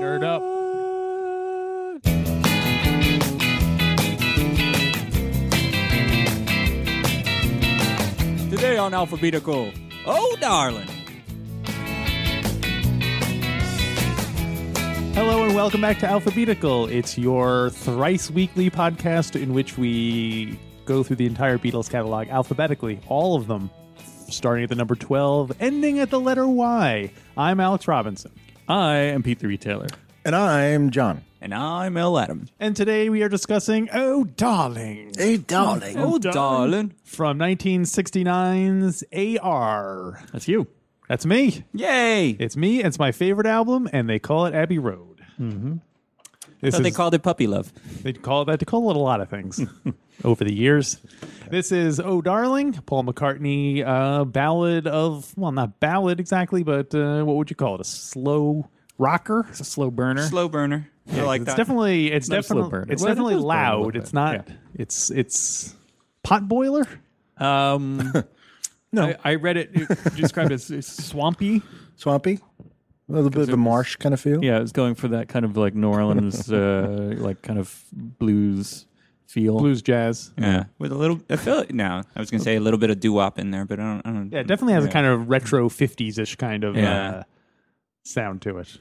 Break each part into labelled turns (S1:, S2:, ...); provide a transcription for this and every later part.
S1: Nerd up. Today on Alphabetical, oh darling.
S2: Hello and welcome back to Alphabetical. It's your thrice weekly podcast in which we go through the entire Beatles catalog alphabetically, all of them, starting at the number 12, ending at the letter Y. I'm Alex Robinson.
S3: I am Pete the Retailer.
S4: And I'm John.
S1: And I'm L. Adam.
S2: And today we are discussing Oh Darling
S4: Hey, darling.
S1: Oh, darling.
S2: from 1969's AR.
S3: That's you.
S2: That's me.
S1: Yay.
S2: It's me. It's my favorite album, and they call it Abbey Road. Mm-hmm. This
S1: So they
S2: is-
S1: called it puppy love.
S2: They call that. They call it a lot of things over the years. This is "Oh Darling," Paul McCartney uh, ballad of well, not ballad exactly, but uh, what would you call it? A slow rocker.
S3: It's a slow burner.
S1: Slow burner. I like
S2: it's
S1: that.
S2: definitely it's
S3: Not a slow burn.
S2: definitely it's
S3: Well, it
S2: definitely
S3: does burn a little
S2: loud.
S3: bit.
S2: It's not.
S3: Yeah.
S2: It's it's pot boiler.
S3: Um, no, I, I read it, it described as as swampy.
S4: Swampy. A little bit of a marsh kind of feel.
S3: Yeah, it was going for that kind of like New Orleans, uh, like kind of blues feel.
S2: Blues jazz.
S1: Yeah. With a little, I feel it now. I was going to say a little bit of doo wop in there, but I don't, I don't.
S2: Yeah, it definitely has a kind of retro fifties ish kind of
S1: Yeah.
S2: uh, sound to it.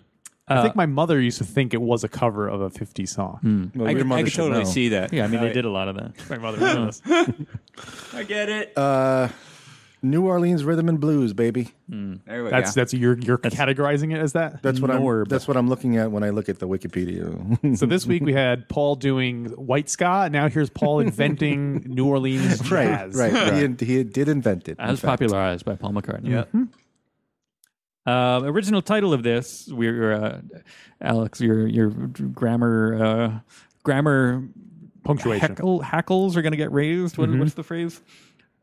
S3: Uh,
S2: I think my mother used to think it was a cover of a 50s song.
S3: Hmm.
S4: Well,
S1: I
S4: your
S1: could, I
S4: mother
S1: could
S4: should
S1: totally
S4: know.
S1: see that.
S3: Yeah, I mean they did a lot of that.
S2: My mother knows.
S1: I get it.
S3: Uh,
S4: New Orleans rhythm and blues, baby.
S1: there we
S2: That's
S1: go.
S2: that's you're you're categorizing it as that.
S4: That's what
S3: Norb.
S4: I'm. That's what I'm looking at when I look at the Wikipedia.
S2: so this week we had Paul doing white ska. and Now here's Paul inventing New Orleans jazz.
S4: right, right. He, he did invent it. in
S3: As
S4: fact.
S3: popularized by Paul McCartney. Yeah. Um, original title of this, we're uh, Alex, your your grammar uh, grammar
S2: Punctuation.
S3: Heckle, hackles are going to get raised. What, What's the phrase?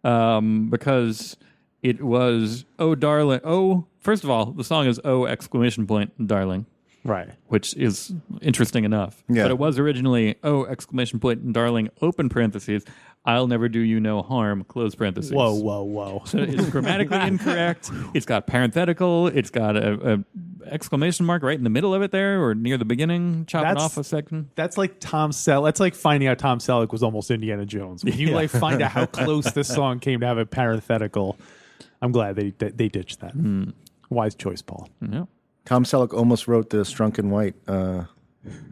S3: Um, because it was oh darling. Oh, first of all, the song is oh exclamation point darling,
S2: Right.
S3: which is interesting enough.
S4: Yeah.
S3: But it was originally oh exclamation point darling open parentheses. I'll never do you no harm close parentheses.
S2: Whoa, whoa, whoa.
S3: So it's grammatically incorrect. It's got parenthetical. It's got a, a exclamation mark right in the middle of it there, or near the beginning, chopping
S2: That's-
S3: off a section.
S2: That's like Tom Sel. That's like finding out Tom Selleck was almost Indiana Jones. When you like find out how close this song came to have a parenthetical, I'm glad they they, they ditched that.
S4: Hmm.
S2: Wise choice, Paul.
S3: Yeah.
S4: Tom Selleck almost wrote the Strunk and White uh,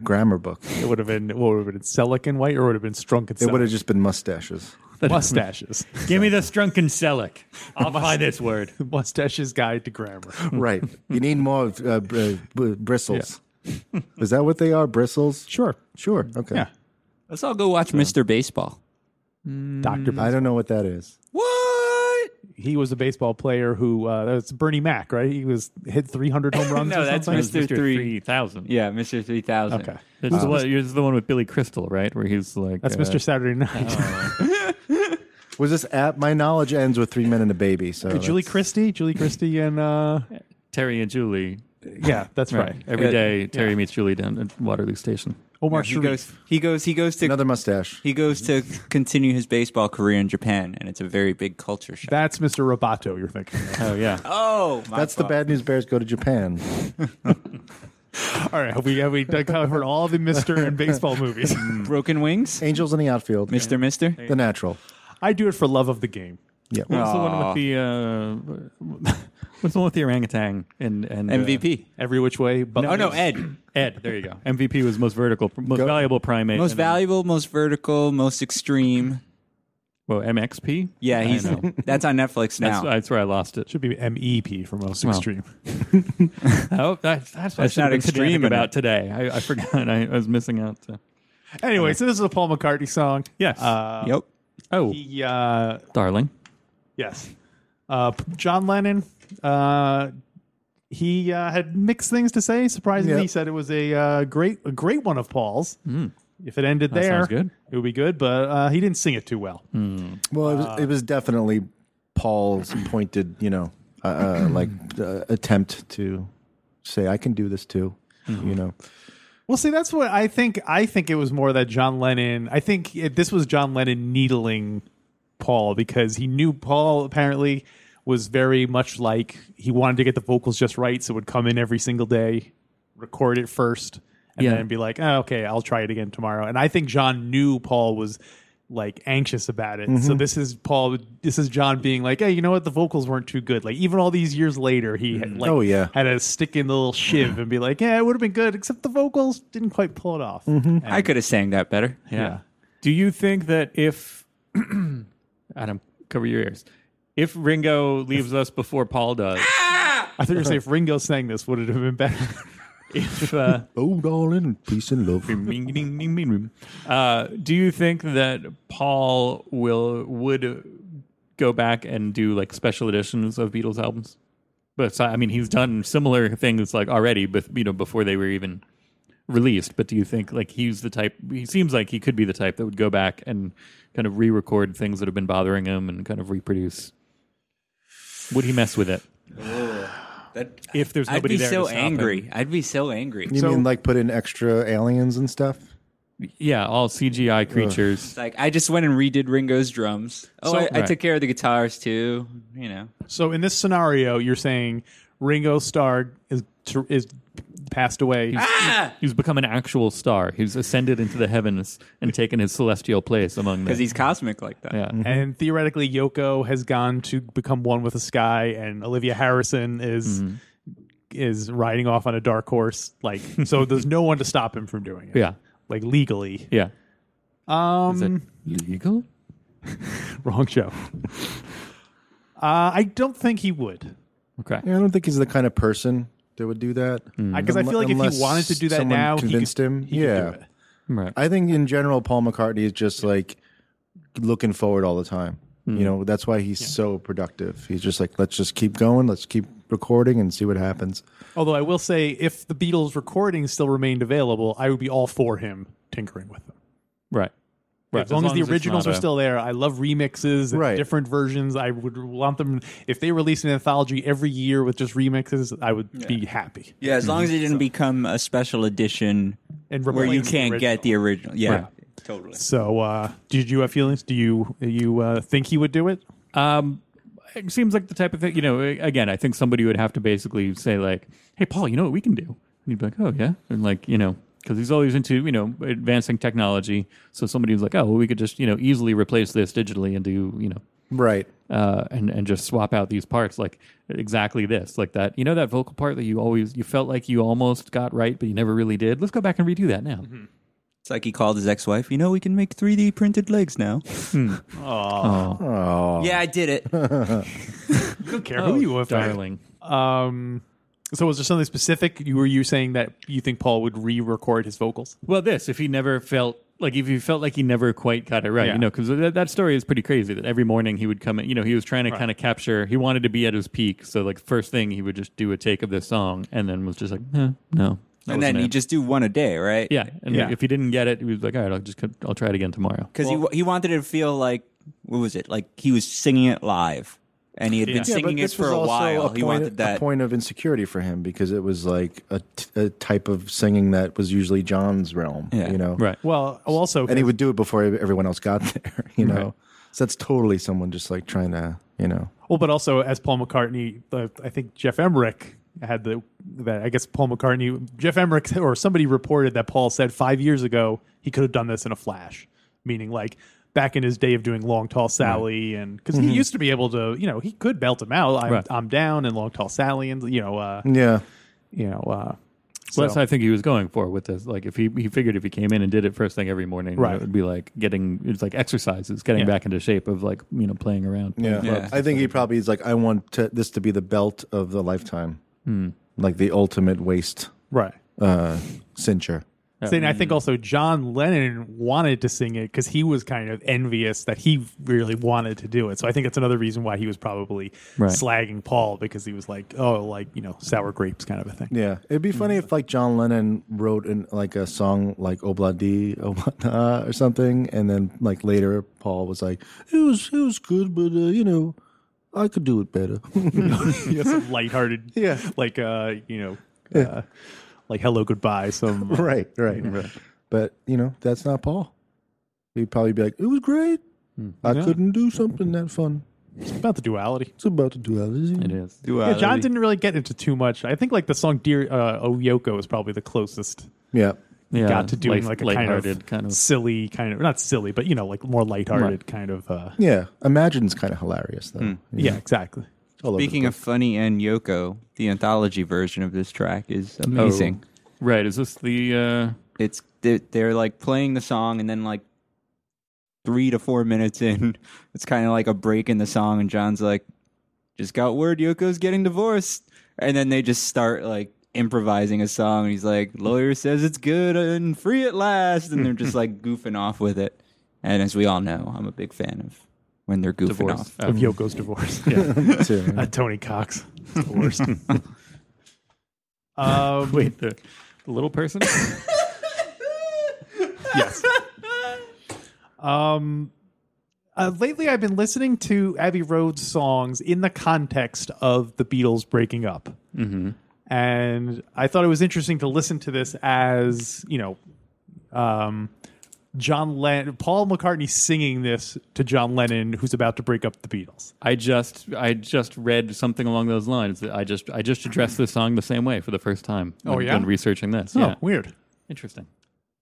S4: grammar book.
S2: It would have been what would have been Selleck and White, or it would have been Strunk and
S4: It would have
S2: Selleck.
S4: just been mustaches.
S2: mustaches.
S3: Give me the Strunken Selleck. I'll buy this word.
S2: mustaches guide to grammar.
S4: right. You need more uh, br- br- bristles. Is that what they are? Bristles?
S2: Sure.
S4: Sure. Okay.
S2: Yeah.
S1: Let's all go watch Mr. Baseball.
S2: Doctor
S4: I don't know what that is.
S1: What?
S2: he was a baseball player who uh, that's Bernie Mac, right? He was hit 300 home runs.
S1: No,
S2: or
S1: that's
S2: something?
S1: Mr. Three.
S3: Thousand.
S1: Yeah, Mr. 3000.
S2: okay.
S3: This is, the one, this is the one with Billy Crystal, right? Where he's like,
S2: That's
S3: uh,
S2: Mr. Saturday Night.
S4: Was this app? My knowledge ends with three men and a baby. So that's-
S2: Julie Christie, Julie Christie, and uh,
S3: Terry and Julie.
S2: yeah, that's right.
S3: Every
S1: Uh,
S3: day, Terry meets Julie down at Waterloo Station.
S2: Omar
S1: He
S2: Sharif.
S1: goes, he goes, he goes to,
S4: another mustache.
S1: he goes to continue his baseball career in Japan, and it's a very big culture shock.
S2: that's Mr. Roboto. You're thinking. of.
S3: Oh yeah.
S1: oh, my
S4: That's the
S1: fault.
S4: bad news. Bears go to Japan.
S2: all right, have we have we done- covered all the Mister and baseball movies.
S1: Broken wings,
S4: Angels in the outfield.
S1: Mr. Mister.
S4: The natural.
S2: I do it for love of the game.
S4: Yeah.
S3: What's the one with the uh, What's the one with the orangutan and and uh,
S1: MVP.
S2: Every which way, but
S1: Oh no, Ed.
S3: Ed, there you go. MVP was most vertical, most
S4: Go-
S3: valuable primate.
S1: Most
S3: and then-
S1: valuable, most vertical, most extreme.
S3: Well, MXP.
S1: Yeah, he's
S3: I know.
S1: that's on Netflix now.
S3: That's, that's where I lost it.
S2: should be M E P for most
S3: Well.
S2: extreme.
S3: Oh, that's that's, what I
S1: That's
S3: should
S1: not
S3: have been
S1: extreme
S3: pedantic
S1: enough.
S3: about today. I, I forgot. I, I was missing out. uh,
S2: Anyway, so this is a Paul McCartney song.
S3: Yes.
S2: Uh,
S1: yep.
S3: oh,
S2: He uh,
S3: darling.
S2: Yes. Uh, P- John Lennon, uh, he uh, had mixed things to say. Surprisingly,
S4: Yep.
S2: he said it was a uh, great, a great one of Paul's. If it ended
S3: Hmm. That
S2: there,
S3: sounds good.
S2: it would be good. But uh, he didn't sing it too well.
S4: Well, it was, it was definitely Paul's pointed, you know, uh, uh, like uh, attempt to say, I can do this too. You know,
S2: Well, see, that's what I think. I think it was more that John Lennon. I think it, this was John Lennon needling Paul because he knew Paul apparently was very much like he wanted to get the vocals just right, so would come in every single day, record it first, and
S3: Yeah.
S2: then be like, oh, okay, I'll try it again tomorrow. And I think John knew Paul was like anxious about it.
S4: Mm-hmm.
S2: So this is Paul this is John being like, hey, you know what? The vocals weren't too good. Like even all these years later, he had, like
S4: Oh, yeah.
S2: had to stick in the little shiv and be like, yeah, it would have been good, except the vocals didn't quite pull it off.
S1: I could have sang that better.
S3: Yeah. Do you think that if Adam, cover your ears. If Ringo leaves us before Paul does,
S2: I thought you were saying if Ringo sang this, would it have been better?
S3: if uh,
S4: Oh, darling, peace and love.
S3: Bing, ding, ding, ding, ding. Uh, do you think that Paul will would go back and do like special editions of Beatles albums? But so- I mean, he's done similar things like already, but you know, before they were even released. But do you think like he's the type? He seems like he could be the type that would go back and kind of re-record things that have been bothering him and kind of reproduce. Would he mess with it
S1: That,
S3: if there's
S1: I'd
S3: nobody
S1: be
S3: there?
S1: so
S3: to stop him?
S1: angry. I'd be so angry.
S4: You
S2: So-
S4: mean like put in extra aliens and stuff?
S3: Yeah, all CGI creatures.
S1: It's like I just went and redid Ringo's drums. Oh,
S2: So-
S1: I, I
S3: Right.
S1: took care of the guitars too. You know,
S2: So in this scenario, you're saying Ringo Starr is is passed away.
S3: He's become an actual star. He's ascended into the heavens and taken his celestial place among them.
S1: because he's cosmic like that.
S3: yeah.
S2: And theoretically, Yoko has gone to become one with the sky, and Olivia Harrison is Mm-hmm. is riding off on a dark horse. Like, so there's no one to stop him from doing it.
S3: Yeah.
S2: like legally.
S3: Yeah.
S2: Um,
S3: Is it legal?
S2: wrong show. uh, I don't think he would.
S3: Okay.
S4: Yeah, I don't think he's the kind of person that would do that.
S1: Hmm.
S2: Because I feel like if he
S4: Unless
S2: wanted to do that
S4: someone
S2: now, he
S4: convinced
S2: could-
S4: him.
S2: he could
S4: yeah,
S2: do it.
S3: Right.
S4: I think in general, Paul McCartney is just like looking forward all the time. You know, that's why he's so productive. He's just like, let's just keep going, let's keep recording and see what happens.
S2: Although I will say, if the Beatles recordings still remained available, I would be all for him tinkering with them.
S3: Right. Right.
S2: As, long as,
S3: it's
S2: the originals
S3: not
S2: are
S3: a-
S2: still there, I love remixes and
S4: Right.
S2: different versions. I would want them if they released an anthology every year with just remixes. I would be happy.
S1: Yeah, as long as it didn't become a special edition
S2: And
S1: where you
S2: replace the
S1: can't get the original. Yeah,
S3: Right.
S1: totally.
S2: So, uh, did you have feelings? Do you you uh, think he would do it?
S3: Um, it seems like the type of thing, you know, again, I think somebody would have to basically say, like, hey, Paul, you know what we can do? And you'd be like, oh, yeah. And, like, you know, because he's always into, you know, advancing technology. So somebody was like, oh, well, we could just, you know, easily replace this digitally and do, you know,
S4: Right.
S3: uh, and and just swap out these parts like exactly this like that you know that vocal part that you always you felt like you almost got right but you never really did let's go back and redo that now
S1: It's like he called his ex-wife. You know, we can make 3D printed legs now.
S4: Oh,
S1: yeah, I did it.
S2: I don't care who you offend.
S3: darling
S2: Um, so, was there something specific? You were you saying that you think Paul would re-record his vocals?
S3: well this if he never felt like if he felt like he never quite got it right
S2: Yeah.
S3: you know because that, that story is pretty crazy that every morning he would come in you know he was trying to kind of capture he wanted to be at his peak so like first thing he would just do a take of this song and then was just like eh, no that
S1: and then
S3: wasn't
S1: you
S3: it."
S1: just do one a day, right?
S3: yeah and
S2: Yeah.
S3: if he didn't get it he was like all right i'll just i'll try it again tomorrow
S1: because he he wanted it to feel like what was it? Like he was singing it live, and he had been
S4: Yeah, but
S1: singing it
S4: this
S1: for
S4: was
S1: a
S4: also
S1: while.
S4: A point,
S1: he wanted
S4: a
S1: that.
S4: point of insecurity for him because it was like a, t- a type of singing that was usually John's realm.
S1: Yeah.
S4: You know,
S3: right
S2: Well, oh, also,
S4: and he would do it before everyone else got there. You know, so that's totally someone just like trying to, you know,
S2: Well, but also as Paul McCartney, the, I think Jeff Emmerich had the that I guess Paul McCartney, Jeff Emmerich, or somebody reported that Paul said five years ago he could have done this in a flash, meaning like back in his day of doing Long Tall Sally, and because he used to be able to, you know, he could belt him out. I'm,
S3: Right.
S2: I'm down and Long Tall Sally, and you know, uh,
S4: yeah.
S2: you know, uh,
S3: So. Well, that's what I think he was going for with this. Like, if he he figured if he came in and did it first thing every morning,
S2: Right.
S3: it would be like getting it's like exercises, getting
S2: Yeah.
S3: back into shape of like you know playing around.
S4: Yeah.
S1: Yeah.
S4: I think he probably is like, I want to, this to be the belt of the lifetime, like the ultimate waist
S2: right.
S4: uh, cincher.
S2: Saying I
S4: Mm.
S2: think also John Lennon wanted to sing it because he was kind of envious that he really wanted to do it. So I think that's another reason why he was probably
S3: Right.
S2: slagging Paul because he was like, oh, like you know, sour grapes kind of a thing.
S4: Yeah, it'd be funny if like John Lennon wrote in like a song like Obladi Oblada or something, and then like later Paul was like, "It was it was good, but uh, you know, I could do it better."
S2: You know, some lighthearted,
S4: Yeah.
S2: like uh, you know, uh, like hello goodbye. Some
S4: right, right, right. But you know, that's
S1: Hmm.
S4: not Paul. He'd probably be like, "It was great. I couldn't do something that fun."
S2: It's about the duality.
S4: It's about the duality.
S3: It is.
S1: uh,
S2: Yeah, John didn't really get into too much. I think like the song "Dear uh, Oh Yoko" is probably the closest
S4: Yeah.
S3: Yeah,
S2: got to doing like a kind of,
S3: lighthearted kind of.
S2: silly kind of not silly, but you know like more lighthearted kind of. Uh,
S4: Yeah. Imagine's kind of hilarious, though.
S2: yeah. exactly.
S4: All over the
S1: Hmm. Speaking of funny and Yoko, the anthology version of this track is amazing.
S3: Right. Is this the? Uh,
S1: It's they're, they're like playing the song and then like three to four minutes in, it's kind of like a break in the song, and John's like, "Just got word Yoko's getting divorced," and then they just start like improvising a song, and he's like, "Lawyer says it's good and free at last," and they're just like goofing off with it. And as we all know, I'm a big fan of when they're goofing
S3: Divorce.
S1: off.
S2: Of Yoko's divorce.
S4: place, too.
S2: Uh, Tony Cox, It's the worst. um,
S3: wait, the, the little person.
S2: yes. Um, uh, lately, I've been listening to Abbey Road songs in the context of the Beatles breaking up, mm-hmm. and I thought it was interesting to listen to this as you know, um, John Lennon, Paul McCartney singing this to John Lennon, who's about to break up the Beatles.
S3: I just I just read something along those lines. I just I just addressed this song the same way for the first time.
S2: Oh,
S3: when-
S2: yeah?
S3: when researching this. yeah,
S2: Oh, weird.
S3: interesting.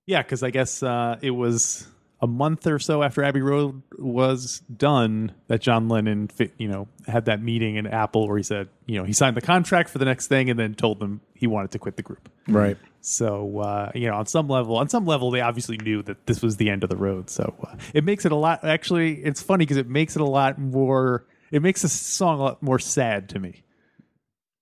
S2: Yeah, because I guess uh, it was a month or so after Abbey Road was done that John Lennon, fi- you know, had that meeting in Apple where he said, you know, he signed the contract for the next thing and then told them he wanted to quit the group.
S4: right.
S2: So uh, you know, on some level, on some level, they obviously knew that this was the end of the road. So uh, it makes it a lot. Actually, it's funny because it makes it a lot more. It makes the song a lot more sad to me.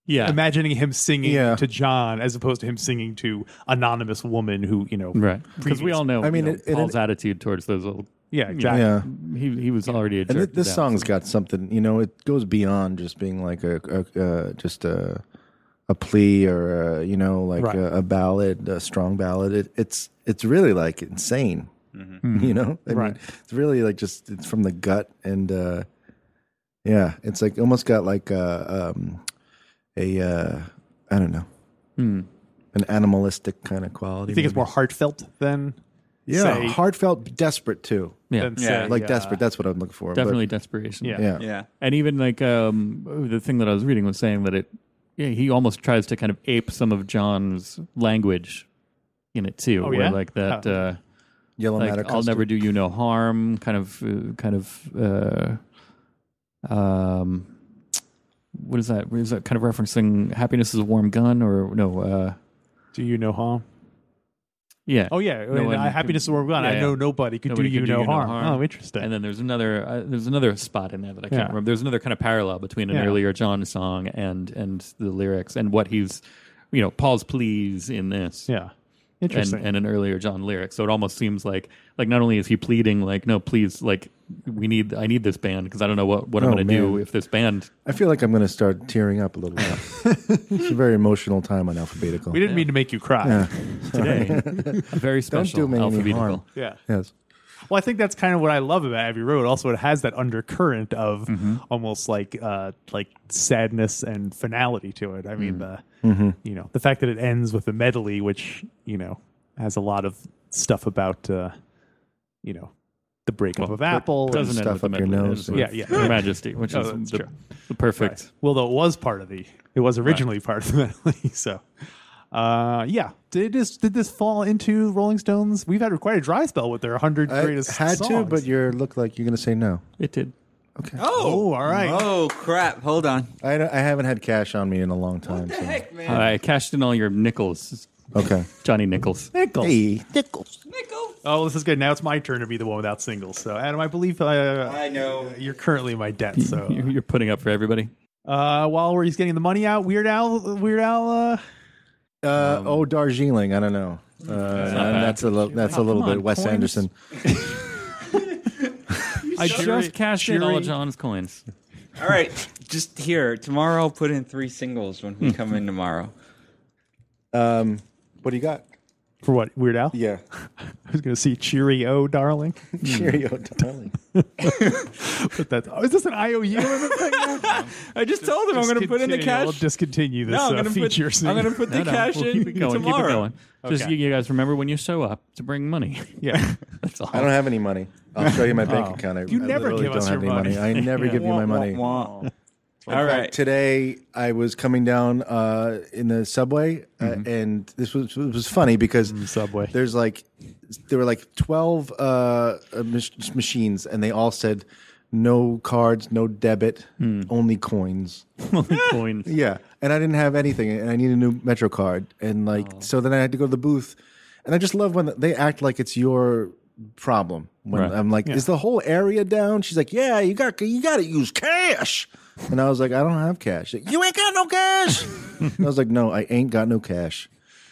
S3: Yeah,
S2: Imagining him singing
S4: Yeah.
S2: to John as opposed to him singing to anonymous woman who you know
S3: right. Because we all know.
S4: I
S3: I
S4: mean,
S3: mean,
S4: it- it-
S3: Paul's attitude towards those old.
S2: yeah exactly
S4: Yeah.
S3: He he was already a jerk.
S4: And th- this
S3: to them.
S4: song's got something, you know, it goes beyond just being like a, a uh, just a a plea or a, you know, like
S2: Right.
S4: a, a ballad, a strong ballad. It, it's it's really like insane. You know, I
S2: Right.
S4: it's really like just it's from the gut and uh yeah, it's like almost got like a um a uh I don't know. An animalistic kind of quality.
S2: You think it's
S4: maybe.
S2: more heartfelt than
S4: yeah,
S2: say-
S4: heartfelt, desperate too.
S3: Yeah,
S2: than say,
S4: Like
S2: uh,
S4: desperate, that's what I'm looking for. but-
S3: definitely desperation.
S2: Yeah.
S4: yeah.
S1: Yeah.
S3: and even like um, the thing that I was reading was saying that it yeah, he almost tries to kind of ape some of John's language in it too.
S2: Oh,
S3: where
S2: yeah?
S3: like that.
S2: Oh.
S3: Uh,
S4: Yellow
S3: like
S4: matter
S3: I'll
S4: custard.
S3: never do you no harm kind of uh, kind of uh, um what is that? Is that kind of referencing happiness is a warm gun or no uh
S2: Do you know harm?
S3: yeah.
S2: Oh yeah,
S3: No one
S2: I,
S3: can-
S2: happiness is where we're going. I
S3: Yeah,
S2: know
S3: yeah.
S2: nobody could
S3: Nobody
S2: do you
S3: could
S2: no harm. Oh, interesting.
S3: And then there's another uh, there's another spot in there that I can't
S2: Yeah.
S3: remember. There's another kind of parallel between an
S2: Yeah.
S3: earlier John song and and the lyrics and what he's you know Paul's pleas in this.
S2: yeah,
S3: and,
S2: interesting.
S3: and an earlier John lyric. So it almost seems like like not only is he pleading like no please like we need I need this band because I don't know what what I'm
S4: Oh,
S3: going to do
S4: man.
S3: if this band
S4: I feel like I'm going to start tearing up a little bit. it's a very emotional time on alphabetical.
S2: we didn't mean to make you cry.
S4: Yeah.
S3: today a very
S4: Don't
S3: special
S4: do me any
S3: alphabetical.
S4: harm.
S2: Yeah.
S4: Yes.
S2: Well, I think that's kind of what I love about Abbey Road. Also, it has that undercurrent of
S4: Mm-hmm.
S2: almost like uh, like sadness and finality to it. I
S4: Mm-hmm.
S2: mean, the you know the fact that it ends with a medley, which you know has a lot of stuff about uh, you know the breakup of Apple. and
S3: Doesn't end
S4: Stuff
S3: with the
S4: up your
S3: medley,
S4: nose.
S3: ends with
S2: Yeah, yeah.
S3: Her Majesty, which
S2: Oh, that's
S3: is the,
S2: true.
S3: the perfect.
S2: Well, though it was part of the, it was originally part of the medley. So, uh, yeah, did this did this fall into Rolling Stones? We've had quite a dry spell with their hundred
S4: I
S2: greatest
S4: had
S2: songs.
S4: to, but you look like you're going to say no.
S3: It did.
S2: oh, all right.
S1: Oh crap! Hold on.
S4: I, don't- I haven't had cash on me in a long time. so-
S1: Heck, man.
S3: I cashed in all your nickels,
S4: Okay.
S3: Johnny Nichols.
S2: Nichols.
S4: Hey, Nichols.
S1: Nickel.
S2: Oh, this is good. Now it's my turn to be the one without singles. So, Adam, I believe uh,
S1: I know.
S2: you're currently in my debt. So,
S3: You- You're putting up for everybody.
S2: uh, while we're he's getting the money out, Weird Al, Weird Al, uh,
S4: Uh, oh, Darjeeling. I don't know. Uh, and that's a little. That's
S2: Oh,
S4: a little
S3: Come
S4: bit
S3: on,
S4: Wes
S3: coins.
S4: Anderson.
S3: I just cashed in all of John's coins.
S1: All right, just here. Tomorrow, I'll put in three singles when we come in tomorrow.
S4: Um, what do you got?
S2: for what Weird Al?
S4: Yeah.
S2: I was going to see Cheerio, darling.
S4: Cheerio, darling.
S2: But that's oh, is this an IOU? in the thing now?
S1: I just told him I'm going to put in the
S3: Discontinue.
S1: cash.
S2: We'll discontinue this
S1: no, I'm
S2: uh,
S1: gonna
S2: feature
S1: put,
S2: soon.
S1: I'm gonna put the
S3: No, no,
S1: cash
S3: we'll
S1: in
S3: keep it going.
S1: tomorrow.
S3: Keep it going. Just
S2: Okay.
S3: you, you guys remember when you show up to bring money.
S2: yeah.
S3: That's all.
S4: I don't have any money. I'll show you my bank account. I,
S2: Oh. You
S4: I
S2: never
S4: literally
S2: give
S4: don't
S2: us
S4: have
S2: your
S4: any
S2: money.
S4: I never give you my money.
S1: Wah, wah.
S4: In
S1: All
S4: fact,
S1: right.
S4: Today I was coming down uh, in the subway, uh, and this was it was funny because
S2: subway.
S4: There's like there were like twelve uh, uh, mach- machines, and they all said no cards, no debit, only coins.
S3: coins.
S4: Yeah, and I didn't have anything, and I need a new Metro card, and like
S3: Oh.
S4: so then I had to go to the booth, and I just love when they act like it's your problem. When
S3: Right.
S4: I'm like, is the whole area down? She's like, yeah, you got you got to use cash, and I was like, I don't have cash. She's like, you ain't got no cash. and I was like, no, I ain't got no cash,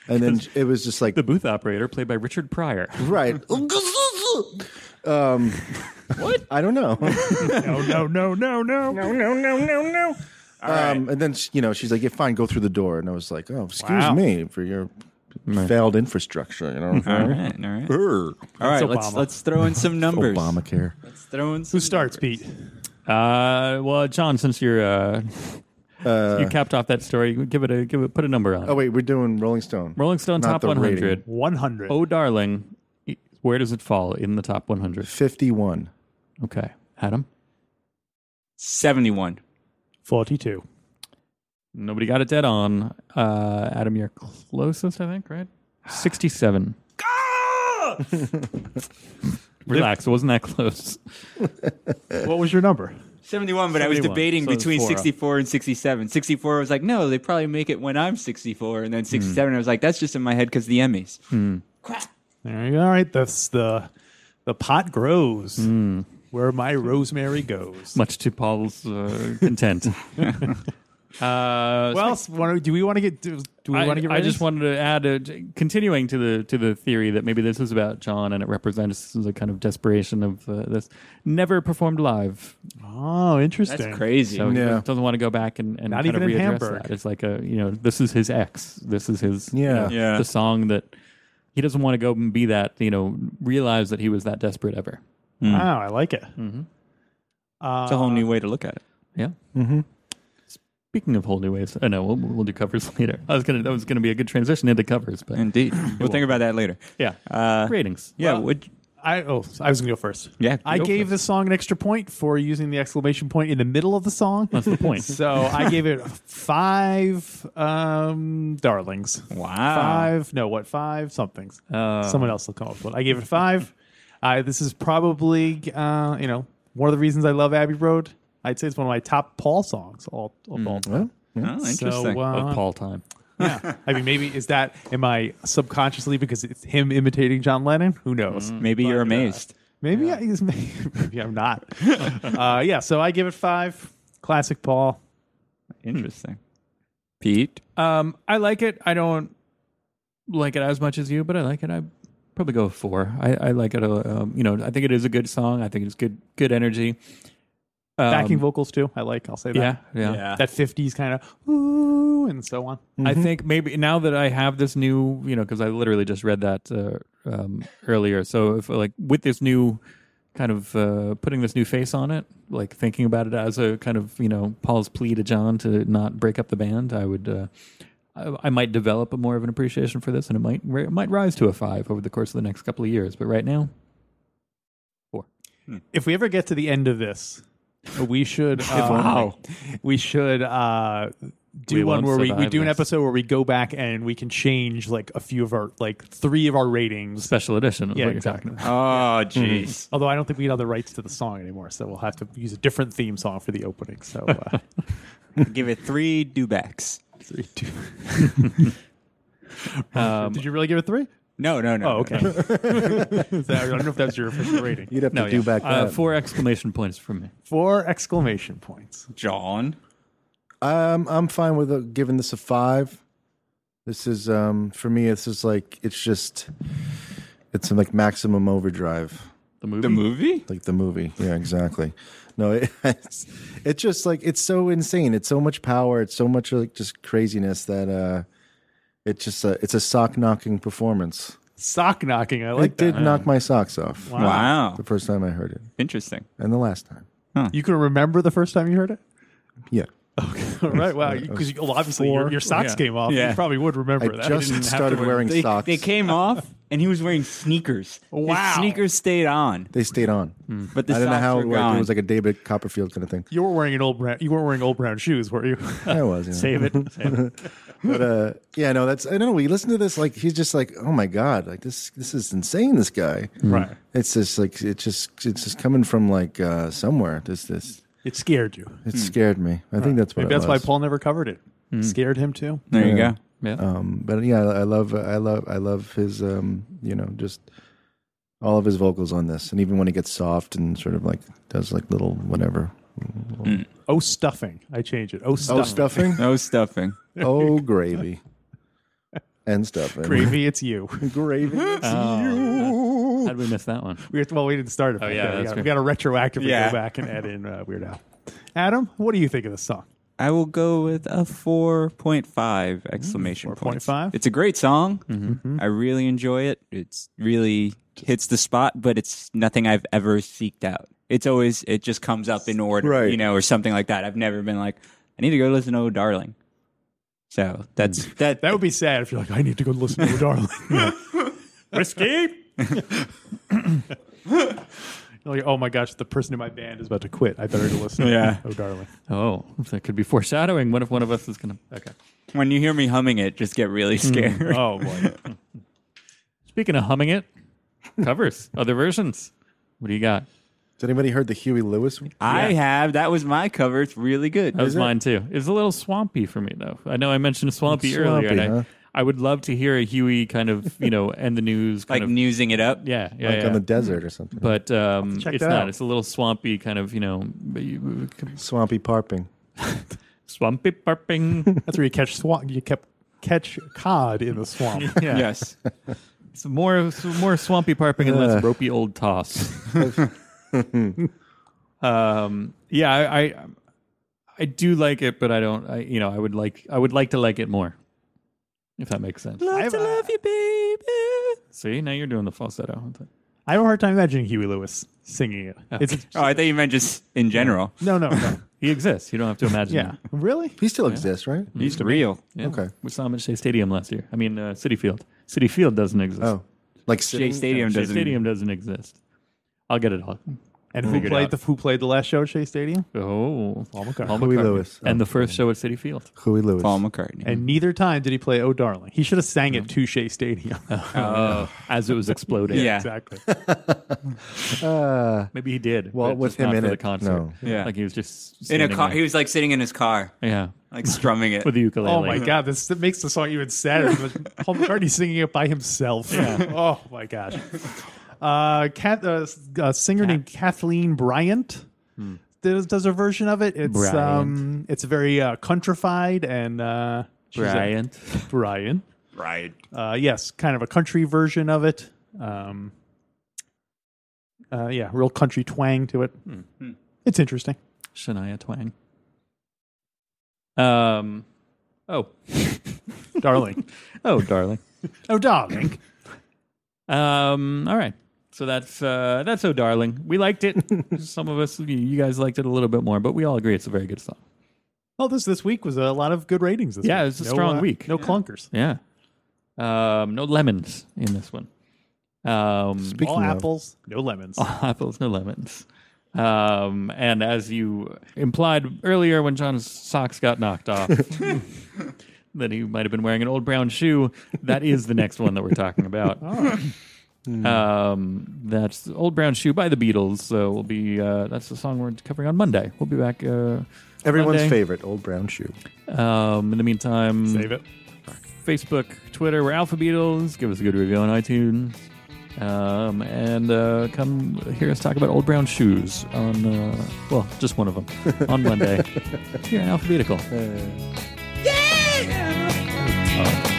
S4: and then it was just like.
S3: The booth operator, played by Richard Pryor.
S4: Right. um, what? I don't know.
S2: No, no, no, no, no.
S4: no, no, no, no, no. Um, And then you know she's like, "Yeah, fine, go through the door." And I was like, "Oh, excuse
S2: Wow.
S4: me for your failed infrastructure." You know,
S1: All right, all right. All right, let's
S2: Obama.
S1: let's throw in some numbers.
S4: Obamacare.
S1: Let's throw in some
S2: Who starts, Pete?
S3: Uh, well, John, since you're uh, you capped off that story, give it a give it put a number on. it.
S4: Uh, Oh wait, we're doing Rolling Stone.
S3: Rolling Stone
S4: Not
S3: top
S4: the
S3: 100.
S4: rating.
S2: 100.
S3: Oh, darling, where does it fall in the top 100?
S4: Fifty-one.
S3: Okay, Adam.
S1: Seventy-one.
S2: 42.
S3: Nobody got it dead on. Uh, Adam, you're closest, I think, right? 67. Relax, it wasn't that close.
S2: What was your number?
S1: 71, but I was
S3: 71,
S1: debating
S3: so it's
S1: between
S3: four
S1: 64
S3: up.
S1: and 67. 64, I was like, no, they probably make it when I'm 64. And then 67, I was like, that's just in my head because the Emmys.
S2: There you go. All right. That's the the pot grows where my rosemary goes.
S3: Much to Paul's uh, content. uh,
S2: Well, s- wanna- do we want to get do, do we
S3: I,
S2: want to get?
S3: I
S2: ratings?
S3: just wanted to add, uh, t- continuing to the to the theory that maybe this is about John and it represents a kind of desperation of uh, this never performed live.
S2: Oh, interesting.
S1: That's crazy.
S3: So he
S4: Yeah.
S3: doesn't- doesn't want to go back and, and
S2: Not
S3: kind
S2: even
S3: of
S2: in
S3: readdress
S2: Hamburg.
S3: that. It's like a you know this is his ex. This is his you
S4: Yeah.
S3: know,
S1: Yeah.
S3: the song that he doesn't want to go and be that you know realize that he was that desperate ever.
S2: Wow, I like it. Uh,
S1: it's a whole new way to look at it.
S3: Yeah. Mm-hmm. Speaking of whole new ways, I know we'll, we'll do covers later. I was gonna that was gonna be a good transition into covers, but
S1: Indeed. we'll think about that later.
S3: yeah,
S1: Uh,
S3: ratings.
S1: Yeah,
S2: Well-
S1: would,
S2: I oh, I was gonna go first.
S1: yeah.
S2: I
S1: go
S2: gave
S1: for it.
S2: this song an extra point for using the exclamation point in the middle of the song.
S3: that's the point.
S2: so I gave it five um, darlings.
S1: Wow.
S2: Five, no, what five somethings?
S3: Uh,
S2: Someone else will come up with one. I gave it five. Uh, this is probably uh, you know one of the reasons I love Abbey Road. I'd say it's one of my top Paul songs all of all time.
S1: Oh, interesting.
S2: So,
S3: of
S2: uh,
S3: Paul time.
S2: yeah. I mean, maybe is that am I subconsciously because it's him imitating John Lennon? Who knows?
S3: Mm-hmm.
S1: Maybe you're amazed.
S2: Maybe I is maybe I'm not. uh, yeah, so I give it five. Classic Paul.
S1: Interesting. Pete?
S3: Um, I like it. I don't like it as much as you, but I like it. I probably go with four. I, I like it. Uh, um, you know, I think it is a good song. I think it's good, good energy. Um,
S2: Backing vocals too. I like. I'll say that.
S3: yeah, yeah.
S2: That fifties kind of ooh and so on.
S3: I think maybe now that I have this new, you know, because I literally just read that uh, um, earlier. So if like with this new kind of uh, putting this new face on it, like thinking about it as a kind of you know Paul's plea to John to not break up the band, I would. Uh, I I might develop more of an appreciation for this, and it might it might rise to a five over the course of the next couple of years. But right now,
S2: If we ever get to the end of this, we should. Uh,
S3: Wow.
S2: We should uh, do
S3: We
S2: one
S3: won't
S2: where we, we
S3: survive
S2: do an
S3: this.
S2: episode where we go back and we can change like a few of our like three of our ratings.
S3: special edition. Is
S2: Yeah,
S3: what you're
S2: exactly.
S3: talking about.
S1: Oh, jeez.
S2: Although I don't think we have the rights to the song anymore, so we'll have to use a different theme song for the opening. So uh,
S1: Give it three dubacks.
S2: three, two. Did you really give it three?
S1: No, no, no.
S2: Um, Oh, okay. Is that- I don't know if that's your official rating.
S4: You'd have to
S3: No,
S4: do
S3: yeah.
S4: back
S3: uh,
S4: that.
S3: four exclamation points from me.
S2: Four exclamation points.
S1: John?
S4: um, I'm fine with uh, giving this a five. This is um, for me. This is like it's just it's like maximum overdrive.
S3: The movie.
S1: The movie?
S4: like the movie. Yeah, exactly. No, it, it's, it's just like it's so insane. It's so much power. It's so much like just craziness that uh, it just uh, it's a sock knocking performance.
S2: Sock knocking. I
S4: It
S2: like that.
S4: did knock my socks off
S1: Wow.
S4: the first time I heard it,
S1: Interesting.
S4: and the last time.
S2: You can remember the first time you heard it?
S4: Yeah,
S2: All right. Wow. Because obviously your, your socks
S3: Yeah.
S2: came off.
S1: Yeah.
S2: You probably would remember
S4: I
S2: that.
S4: just
S3: didn't have to
S4: started
S3: wear-
S4: wearing
S1: They,
S4: socks.
S1: they came off, and he was wearing sneakers.
S2: Wow.
S1: His sneakers stayed on,
S4: They stayed on.
S1: but the
S4: I don't know
S1: Mm. socks
S4: how
S1: were
S4: it worked.
S1: gone.
S4: It was like a David Copperfield kind of thing.
S2: you were wearing an old brown. You weren't wearing old brown shoes, were you?
S4: I was. You know.
S3: Save it. Save it.
S4: But uh, yeah, no, that's I don't know. We listen to this like he's just like, oh my god, like this this is insane. This guy,
S2: right.
S4: It's just like it just it's just coming from like uh, somewhere. This this
S2: It scared you.
S4: it scared me. I think that's what
S2: Maybe
S4: it
S2: that's why
S4: was. Hmm.
S2: Paul never covered it. Scared him too.
S1: there you
S4: Yeah.
S1: go.
S3: Yeah.
S4: Um, but yeah, I love I love I love his um, you know just all of his vocals on this, and even when he gets soft and sort of like does like little whatever.
S2: Oh, stuffing. I change it. Oh, stuffing.
S4: Oh, stuffing.
S1: No stuffing.
S4: oh, gravy. And stuffing.
S2: Gravy, it's you.
S4: gravy.
S3: Oh, how'd we miss that one?
S2: We have to, well, we didn't start it.
S3: Oh, yeah,
S2: we,
S3: that's
S2: got,
S3: great.
S2: we got to retroactively
S1: Yeah.
S2: go back and add in uh, Weird Al. Adam, what do you think of this song?
S1: I will go with a 4.5 exclamation
S3: Mm,
S1: point.
S2: 4.5?
S1: It's a great song.
S3: Mm-hmm.
S1: I really enjoy it. It's really hits the spot, but it's nothing I've ever seeked out. It's always it just comes up in order,
S4: Right.
S1: you know, or something like that. I've never been like I need to go listen to Oh Darling. So that's
S3: Mm.
S1: that.
S2: That would be sad if you're like, I need to go listen to Oh, Darling.
S3: Whiskey.
S2: like, oh my gosh, the person in my band is about to quit. I better go listen.
S1: Yeah.
S2: Oh, darling.
S3: Oh, that could be foreshadowing. What if one of us is gonna? Okay.
S1: when you hear me humming it, just get really scared.
S2: Oh boy.
S3: Speaking of humming it, covers other versions. What do you got?
S4: Has anybody heard the Huey Lewis?
S1: I have. That was my cover. It's really good.
S3: That was mine too. It was a little swampy for me though. I know I mentioned swampy,
S4: Swampy,
S3: earlier. And
S4: huh?
S3: I, I would love to hear a Huey kind of you know end the news kind
S1: like
S3: of
S1: newsing it up.
S3: yeah yeah,
S4: Like
S3: yeah.
S4: on the desert or something.
S3: but um,
S2: check
S3: it's
S2: that
S3: not.
S2: out.
S3: It's a little swampy kind of you know b-
S4: Swampy parping.
S3: swampy burping.
S2: That's where you catch swamp. You kept catch cod in the swamp.
S3: yeah.
S1: Yes.
S3: It's more more swampy parping and less ropey old toss. um, yeah, I, I I do like it, but I don't. I you know I would like I would like to like it more, if that makes sense.
S2: I have,
S1: you, baby.
S3: See, now you're doing the falsetto.
S2: I have a hard time imagining Huey Lewis singing it. It's
S1: Oh, I thought you meant just in general.
S2: no, no, no.
S3: He exists. You don't have to imagine.
S2: Yeah,
S3: him.
S2: really?
S4: He still exists, right?
S1: He's real.
S3: Yeah.
S4: Okay.
S3: We saw him at Shea Stadium last year. I mean, uh, City Field. City Field doesn't exist.
S4: Oh, like
S1: Shea
S4: sitting-
S1: Stadium
S3: Shea
S1: doesn't.
S3: Stadium doesn't exist. I'll get it all.
S2: And who
S3: Figure it
S2: played
S3: out.
S2: the who played the last show at Shea Stadium?
S3: Oh,
S2: Paul McCartney.
S4: Huey Lewis. Oh,
S3: and the first show at City Field.
S4: Huey Lewis.
S1: Paul McCartney.
S2: And neither time did he play "Oh Darling." He should have sang
S3: Hmm.
S2: it to Shea Stadium.
S3: Oh, as it was exploding.
S1: Yeah.
S2: exactly.
S4: Ah.
S3: Maybe he did.
S4: Well,
S3: but
S4: with
S3: just
S4: him
S3: not
S4: in
S3: for
S4: it,
S3: the concert.
S4: no.
S1: Yeah.
S3: like he was just
S1: in a
S3: standing
S1: car,
S3: there.
S1: he was like sitting in his car,
S3: yeah,
S1: like strumming it.
S3: with the ukulele.
S2: Oh my God, this that makes the song even sadder. Paul McCartney singing it by himself. oh my gosh. Uh, Kath, uh, a singer named Kathleen Bryant does, does a version of it. It's
S3: Hmm. Bryant.
S2: um, it's very uh, countrified and uh, she's a-
S3: Bryant.
S2: Bryant.
S1: right.
S2: Uh, yes, kind of a country version of it. Um, uh, yeah, real country twang to it.
S3: Hmm.
S2: It's interesting.
S3: Shania Twang. Um, oh,
S2: Darling.
S3: oh, darling.
S2: oh, darling.
S3: Um, all right. So that's uh, that's oh, darling. We liked it. Some of us, you- you guys liked it a little bit more, but we all agree it's a very good song.
S2: Well, this this week was a lot of good ratings. This
S3: Yeah,
S2: week.
S3: it was a strong week.
S2: No clunkers.
S3: Yeah. Um, no lemons in this one. Um,
S4: Speaking
S2: All
S4: of,
S2: apples, no lemons.
S3: apples, no lemons. Um, and as you implied earlier when John's socks got knocked off, that he might have been wearing an old brown shoe, that is the next one that we're talking about.
S2: Oh. Hmm.
S3: Um, that's Old Brown Shoe by the Beatles. So we'll be, uh, that's the song we're covering on Monday. We'll be back. Uh,
S4: everyone's
S3: Monday.
S4: favorite, Old Brown Shoe.
S3: Um, in the meantime,
S2: Save it.
S3: Facebook, Twitter. We're Alpha Beatles. Give us a good review on iTunes. Um, and uh, come hear us talk about old brown shoes on, uh, well, just one of them on Monday here in Alphabetical.
S5: Yeah!
S3: Oh.